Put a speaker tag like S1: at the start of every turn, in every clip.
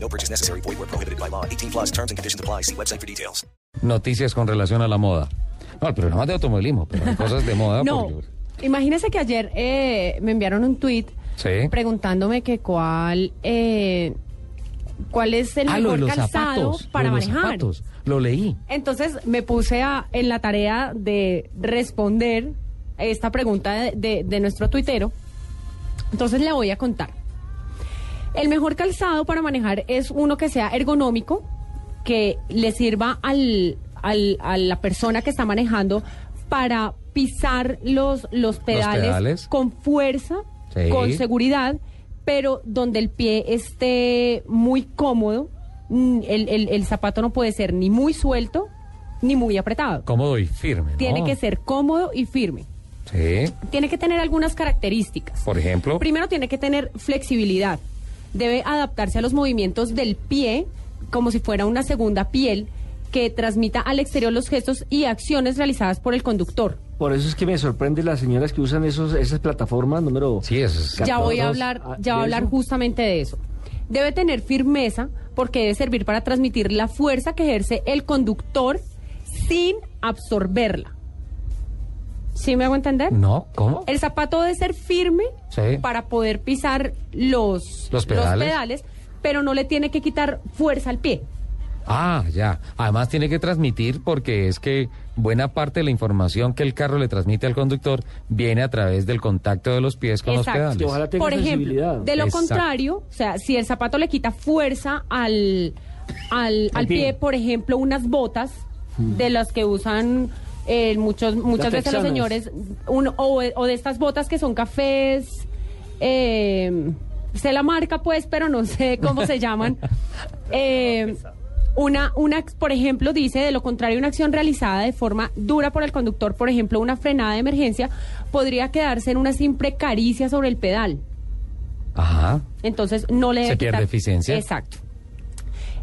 S1: No purchase necessary. Void where prohibited by law. 18 plus terms and conditions apply. See website for details.
S2: Noticias con relación a la moda. No, el programa es de automovilismo, pero hay cosas de moda.
S3: No,
S2: porque-
S3: imagínese que ayer eh, me enviaron un tweet
S2: Sí.
S3: preguntándome que cuál, eh, cuál es el
S2: Ah, lo de
S3: mejor
S2: los
S3: calzado
S2: zapatos.
S3: para
S2: lo de los
S3: manejar.
S2: zapatos. Lo leí.
S3: Entonces me puse a- en la tarea de responder esta pregunta de, de- de nuestro tuitero. Entonces le voy a contar. El mejor calzado para manejar es uno que sea ergonómico, que le sirva al, al- a la persona que está manejando para pisar los, los, pedales,
S2: pedales.
S3: con fuerza,
S2: Sí.
S3: con seguridad, pero donde el pie esté muy cómodo. Mm, El, el- el zapato no puede ser ni muy suelto ni muy apretado.
S2: Cómodo y firme. ¿no?
S3: Tiene que ser cómodo y firme.
S2: Sí.
S3: Tiene que tener algunas características.
S2: Por ejemplo.
S3: Primero tiene que tener flexibilidad. Debe adaptarse a los movimientos del pie como si fuera una segunda piel que transmita al exterior los gestos y acciones realizadas por el conductor.
S4: Por eso es que me sorprende las señoras que usan esos, esas plataformas número.
S2: Sí, eso es-
S3: Ya voy a
S4: Catorce,
S3: hablar,
S4: ah,
S3: ya voy a
S4: ¿de
S3: hablar
S4: eso?
S3: justamente de eso. Debe tener firmeza porque debe servir para transmitir la fuerza que ejerce el conductor sin absorberla. ¿Sí me hago entender?
S2: No, ¿cómo?
S3: El zapato debe ser firme
S2: Sí.
S3: para poder pisar los,
S2: Los pedales.
S3: pedales, pero no le tiene que quitar fuerza al pie.
S2: Ah, ya. Además tiene que transmitir porque es que buena parte de la información que el carro le transmite al conductor viene a través del contacto de los pies con
S3: Exacto.
S2: los
S4: Que
S2: pedales.
S4: ojalá tenga
S3: Pues, Por ejemplo,
S4: sensibilidad.
S3: de lo
S2: Exacto.
S3: contrario, o sea, si el zapato le quita fuerza al, al, al
S4: Al
S3: pie,
S4: pie.
S3: por ejemplo, unas botas de las que usan eh, muchos, muchas
S4: Las
S3: veces los
S4: texanas.
S3: señores, un- o, o de estas botas que son cafés, eh, sé la marca pues, pero no sé cómo se llaman. Eh, una, una, por ejemplo, dice, de lo contrario, una acción realizada de forma dura por el conductor, por ejemplo, una frenada de emergencia, podría quedarse en una simple caricia sobre el pedal.
S2: Ajá.
S3: Entonces no le
S2: Se
S3: debe
S2: pierde
S3: quitar-
S2: eficiencia.
S3: Exacto.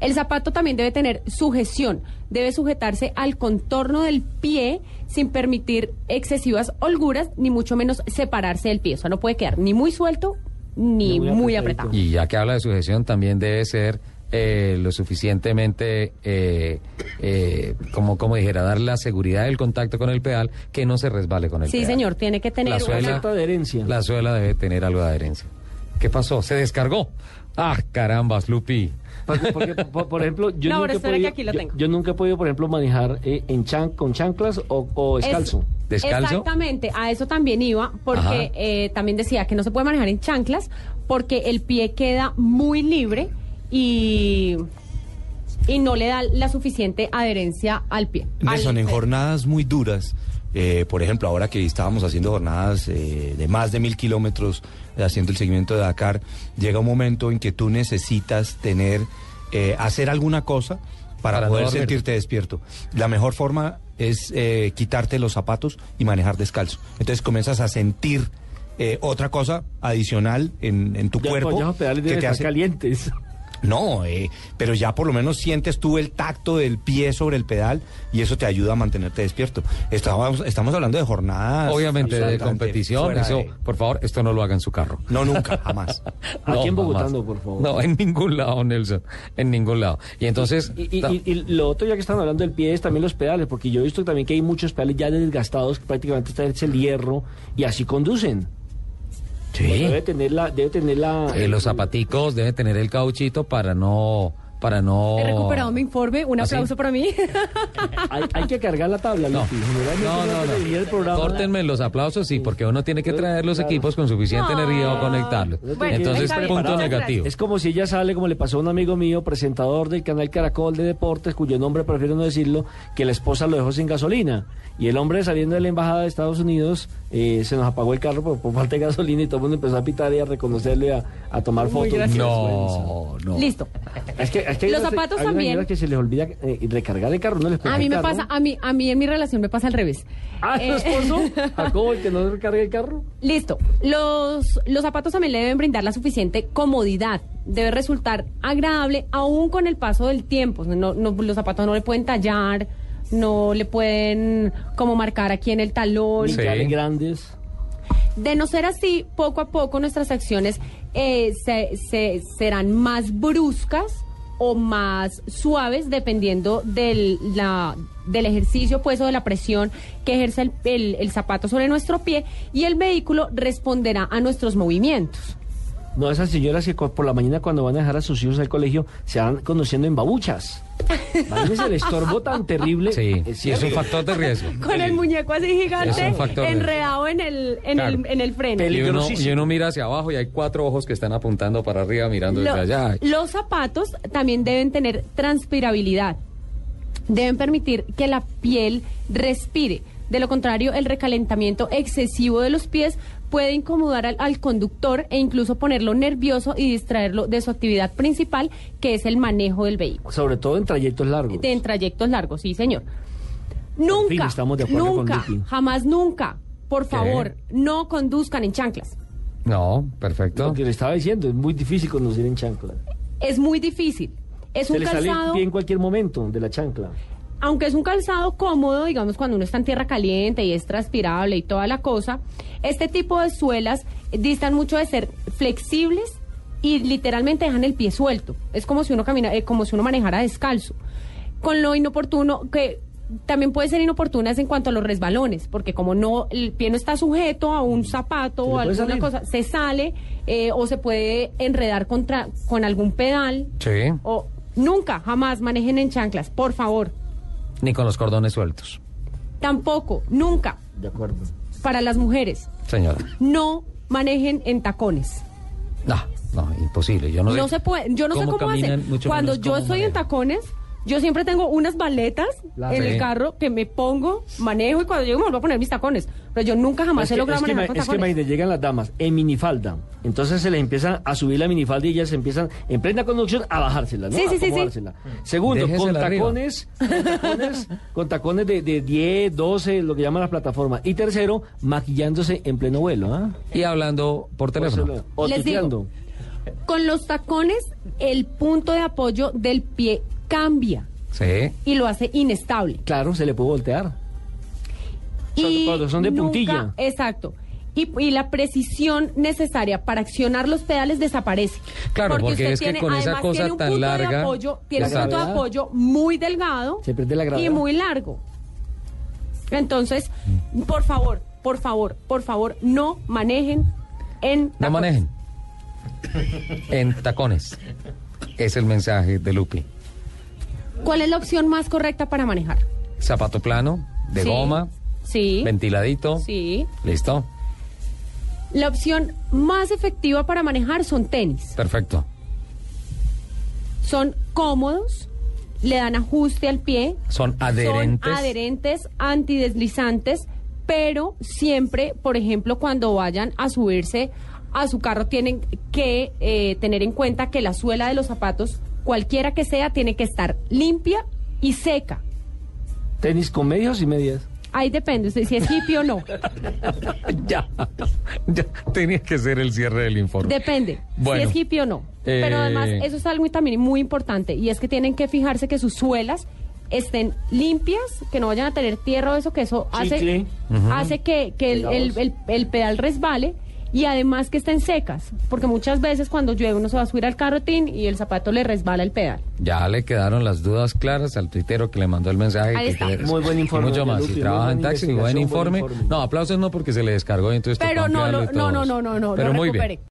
S3: El zapato también debe tener sujeción, debe sujetarse al contorno del pie sin permitir excesivas holguras, ni mucho menos separarse del pie. O sea, no puede quedar ni muy suelto ni
S4: Ni
S3: muy,
S4: muy
S3: apretado.
S4: apretadito.
S2: Y ya que habla de sujeción, también debe ser eh, lo suficientemente, eh, eh, como, como dijera, dar la seguridad del contacto con el pedal, que no se resbale con el
S3: Sí,
S2: pedal.
S3: señor, tiene que tener
S2: La
S3: una-
S2: suela,
S4: Cierta adherencia.
S2: la suela debe tener algo de adherencia. ¿Qué pasó? ¿Se descargó? ¡Ah, carambas, Lupi!
S4: Porque, porque, por, por ejemplo, yo,
S3: No, pero
S4: nunca he
S3: espera que
S4: podido,
S3: aquí lo
S4: yo-
S3: tengo.
S4: yo nunca he podido, por ejemplo, manejar eh, en chan, con chanclas o, o
S3: Es-
S4: descalzo.
S2: ¿Descalzo?
S3: Exactamente, a eso también iba,
S2: Ajá.
S3: porque eh, también decía que no se puede manejar en chanclas, porque el pie queda muy libre y, y no le da la suficiente adherencia al pie.
S5: Nelson,
S3: Al-
S5: en jornadas muy duras, eh, por ejemplo, ahora que estábamos haciendo jornadas eh, de más de mil kilómetros, eh, haciendo el seguimiento de Dakar, llega un momento en que tú necesitas tener, eh, hacer alguna cosa para,
S2: Para no
S5: poder
S2: dormir.
S5: sentirte despierto. La mejor forma es eh, quitarte los zapatos y manejar descalzo. Entonces comienzas a sentir eh, otra cosa adicional en, en tu
S4: Ya,
S5: cuerpo
S4: pues, ya los pedales
S5: que
S4: deben
S5: te
S4: estar
S5: hace
S4: calientes.
S5: no, eh, pero ya por lo menos sientes tú el tacto del pie sobre el pedal y eso te ayuda a mantenerte despierto. Estábamos- estamos hablando de jornadas.
S2: Obviamente de
S5: absolutamente
S2: competición,
S5: fuera
S2: eso,
S5: de-
S2: por favor, esto no lo haga en su carro.
S5: No, nunca, jamás.
S4: Aquí en Bogotá,
S2: jamás.
S4: no, por favor.
S2: No, en ningún lado, Nelson, en ningún lado. Y entonces...
S4: Y, y-
S2: ta-
S4: y- y lo otro, ya que están hablando del pie, es también los pedales, porque yo he visto también que hay muchos pedales ya desgastados, que prácticamente está hecho el hierro, y así conducen.
S2: Sí.
S4: Debe tener la... Debe tener la
S2: Eh, los zapaticos deben tener el cauchito para no para no
S3: He recuperado mi informe, un
S2: ¿Ah, sí?
S3: aplauso para mí.
S4: Hay, hay que cargar la tabla,
S2: No,
S4: Lupi. Generalmente
S2: no,
S4: uno
S2: no,
S4: antes de venir al
S2: no.
S4: programa-
S2: Córtenme los aplausos, sí, porque uno tiene que traer los
S4: Claro.
S2: equipos con suficiente energía o
S3: Ah.
S2: conectarlos.
S3: Bueno,
S2: Entonces,
S3: está bien,
S2: punto
S3: muchas
S2: negativo.
S4: Es como si ella sale, como le pasó a un amigo mío, presentador del canal Caracol de Deportes, cuyo nombre prefiero no decirlo, que la esposa lo dejó sin gasolina. Y el hombre saliendo de la embajada de Estados Unidos, eh, se nos apagó el carro por, por falta de gasolina y todo el mundo empezó a pitar y a reconocerle, a, a tomar fotos.
S2: No, no.
S3: Listo.
S4: Es que, es es que hay
S3: los
S4: unas-
S3: zapatos
S4: hay unas
S3: también.
S4: señoras que se les olvida eh, recargar el carro, no les
S3: A
S4: prende
S3: mí
S4: el
S3: me
S4: carro.
S3: pasa, a mí, a mí en mi relación me pasa al revés.
S4: Ah, ¿su
S3: Eh,
S4: esposo?
S2: Ah,
S4: ¿Jacobo, el que no recarga el carro?
S3: Listo. Los, los zapatos también le deben brindar la suficiente comodidad. Debe resultar agradable aún con el paso del tiempo. No, no- los zapatos no le pueden tallar, no le pueden como marcar aquí en el talón.
S2: Sí.
S4: Militares grandes.
S3: De no ser así, poco a poco nuestras acciones eh, se, se- serán más bruscas o más suaves dependiendo del, la- del ejercicio pues o de la presión que ejerce el, el- el zapato sobre nuestro pie y el vehículo responderá a nuestros movimientos.
S4: No, esas señoras que cu- por la mañana cuando van a dejar a sus hijos al colegio se van conociendo en babuchas. Imagínense el estorbo tan terrible.
S2: Sí,
S4: Es
S2: sí, es un
S4: cierto.
S2: factor de riesgo.
S3: Con el muñeco así
S2: Es
S3: gigante
S2: un factor de-
S3: enredado en el, en
S2: Claro.
S3: el, en el freno.
S2: Y uno,
S4: Peligrosísimo.
S2: y uno mira hacia abajo y hay cuatro ojos que están apuntando para arriba mirando desde
S3: Lo-
S2: allá.
S3: Los zapatos también deben tener transpirabilidad. Deben permitir que la piel respire. De lo contrario, el recalentamiento excesivo de los pies puede incomodar al, al conductor e incluso ponerlo nervioso y distraerlo de su actividad principal, que es el manejo del vehículo.
S4: Sobre todo en trayectos largos.
S3: De en trayectos largos, sí, señor. Nunca,
S4: fin, estamos de acuerdo con
S3: nunca,
S4: Vicky.
S3: jamás nunca, por favor, no conduzcan en chanclas.
S2: No,
S4: Lo
S2: perfecto.
S4: que le estaba diciendo, es muy difícil conducir en chancla.
S3: Es muy difícil. Es
S4: Se
S3: un
S4: le sale
S3: calzado.
S4: pie en cualquier momento de la chancla.
S3: aunque es un calzado cómodo, digamos cuando uno está en tierra caliente y es transpirable y toda la cosa, este tipo de suelas distan mucho de ser flexibles y literalmente dejan el pie suelto. Es como si uno camina, eh, como si uno manejara descalzo. Con lo inoportuno que también puede ser inoportunas en cuanto a los resbalones, porque como no el pie no está sujeto a un zapato
S4: Mm. Se le
S3: o
S4: puede
S3: alguna
S4: salir.
S3: cosa, se sale eh, o se puede enredar contra con algún pedal
S2: Sí,
S3: o nunca, jamás manejen en chanclas, por favor.
S2: ni con los cordones sueltos,
S3: Tampoco, nunca,
S4: De acuerdo.
S3: para las mujeres,
S2: señora.
S3: no manejen en tacones.
S2: No, no, imposible. Yo no,
S3: No,
S2: sé
S3: se puede, yo no sé cómo
S2: caminan,
S3: hacen.
S2: mucho
S3: Cuando
S2: menos
S3: yo
S2: cómo
S3: estoy en
S2: manejan.
S3: tacones, yo siempre tengo unas baletas
S4: Claro.
S3: en
S2: Sí.
S3: el carro que me pongo, manejo y cuando llego me vuelvo a poner mis tacones. Pero yo nunca jamás
S4: es
S3: he
S4: que,
S3: logrado
S4: es que
S3: manejar
S4: ma-
S3: con
S4: es que
S3: tacones.
S4: imagínate, llegan las damas en minifalda. Entonces se les empiezan a subir la minifalda y ellas se empiezan en plena conducción a bajársela, ¿no?
S3: Sí,
S4: A
S3: sí, sí, sí.
S4: acomodársela. Segundo, con
S2: Déjesela arriba.
S4: tacones, con tacones, con tacones de, de 10, 12, lo que llaman las plataformas. Y tercero, maquillándose en pleno vuelo, ¿ah? Pues
S2: Y hablando por teléfono.
S4: O
S3: Les digo.
S4: tuteando.
S3: Con los tacones, el punto de apoyo del pie cambia
S2: Sí.
S3: y lo hace inestable.
S4: Claro, se le puede voltear. Son- cuando son de
S3: nunca-
S4: puntilla.
S3: Exacto. Y, y la precisión necesaria para accionar los pedales desaparece.
S2: Claro, porque
S3: usted
S2: es que
S3: tiene-
S2: con esa
S3: además
S2: cosa
S3: tiene un
S2: tan
S3: punto de
S2: larga-
S3: apoyo- tiene un
S4: Exacto.
S3: punto de apoyo muy delgado
S4: Se pierde la gravedad.
S3: y muy largo. Entonces, por favor, por favor, por favor, no manejen en.
S2: No
S3: tacones.
S2: manejen. En tacones. Es el mensaje de Lupi.
S3: ¿Cuál es la opción más correcta para manejar?
S2: Zapato plano, de
S3: Sí,
S2: goma,
S3: Sí.
S2: ventiladito.
S3: Sí.
S2: Listo.
S3: La opción más efectiva para manejar son tenis.
S2: Perfecto.
S3: son cómodos, le dan ajuste al pie,
S2: Son adherentes.
S3: son adherentes, antideslizantes, pero siempre, por ejemplo, cuando vayan a subirse a su carro tienen que eh, tener en cuenta que la suela de los zapatos, cualquiera que sea, tiene que estar limpia y seca.
S4: Tenis con medios y medias.
S3: Ahí depende usted si es hippie o no.
S2: ya. ya. Tenía que ser el cierre del informe.
S3: Depende
S2: Bueno.
S3: si es hippie o no. Pero
S2: Eh.
S3: además, eso es algo también muy importante y es que tienen que fijarse que sus suelas estén limpias, que no vayan a tener tierra o eso, que eso hace,
S4: Chicle.
S3: hace que, que el, el- el- el pedal resbale y además que estén secas, porque muchas veces cuando llueve uno se va a subir al carrotín y el zapato le resbala el pedal.
S2: Ya le quedaron las dudas claras al tuitero que le mandó el mensaje.
S3: Ahí
S2: que
S3: está.
S2: quiere-
S4: Muy buen informe,
S2: Y Mucho más.
S4: Lupi,
S2: Si
S4: muy
S2: trabaja en
S4: buena
S2: taxi, buen
S4: investigación, buen
S2: informe.
S4: informe.
S2: No, aplausos no porque se le descargó y entonces tocó
S3: Pero no,
S2: ampliarlo
S3: lo-
S2: y todo
S3: no, no,
S2: eso.
S3: no, no, no,
S2: Pero
S3: lo
S2: muy bien.
S3: recuperé.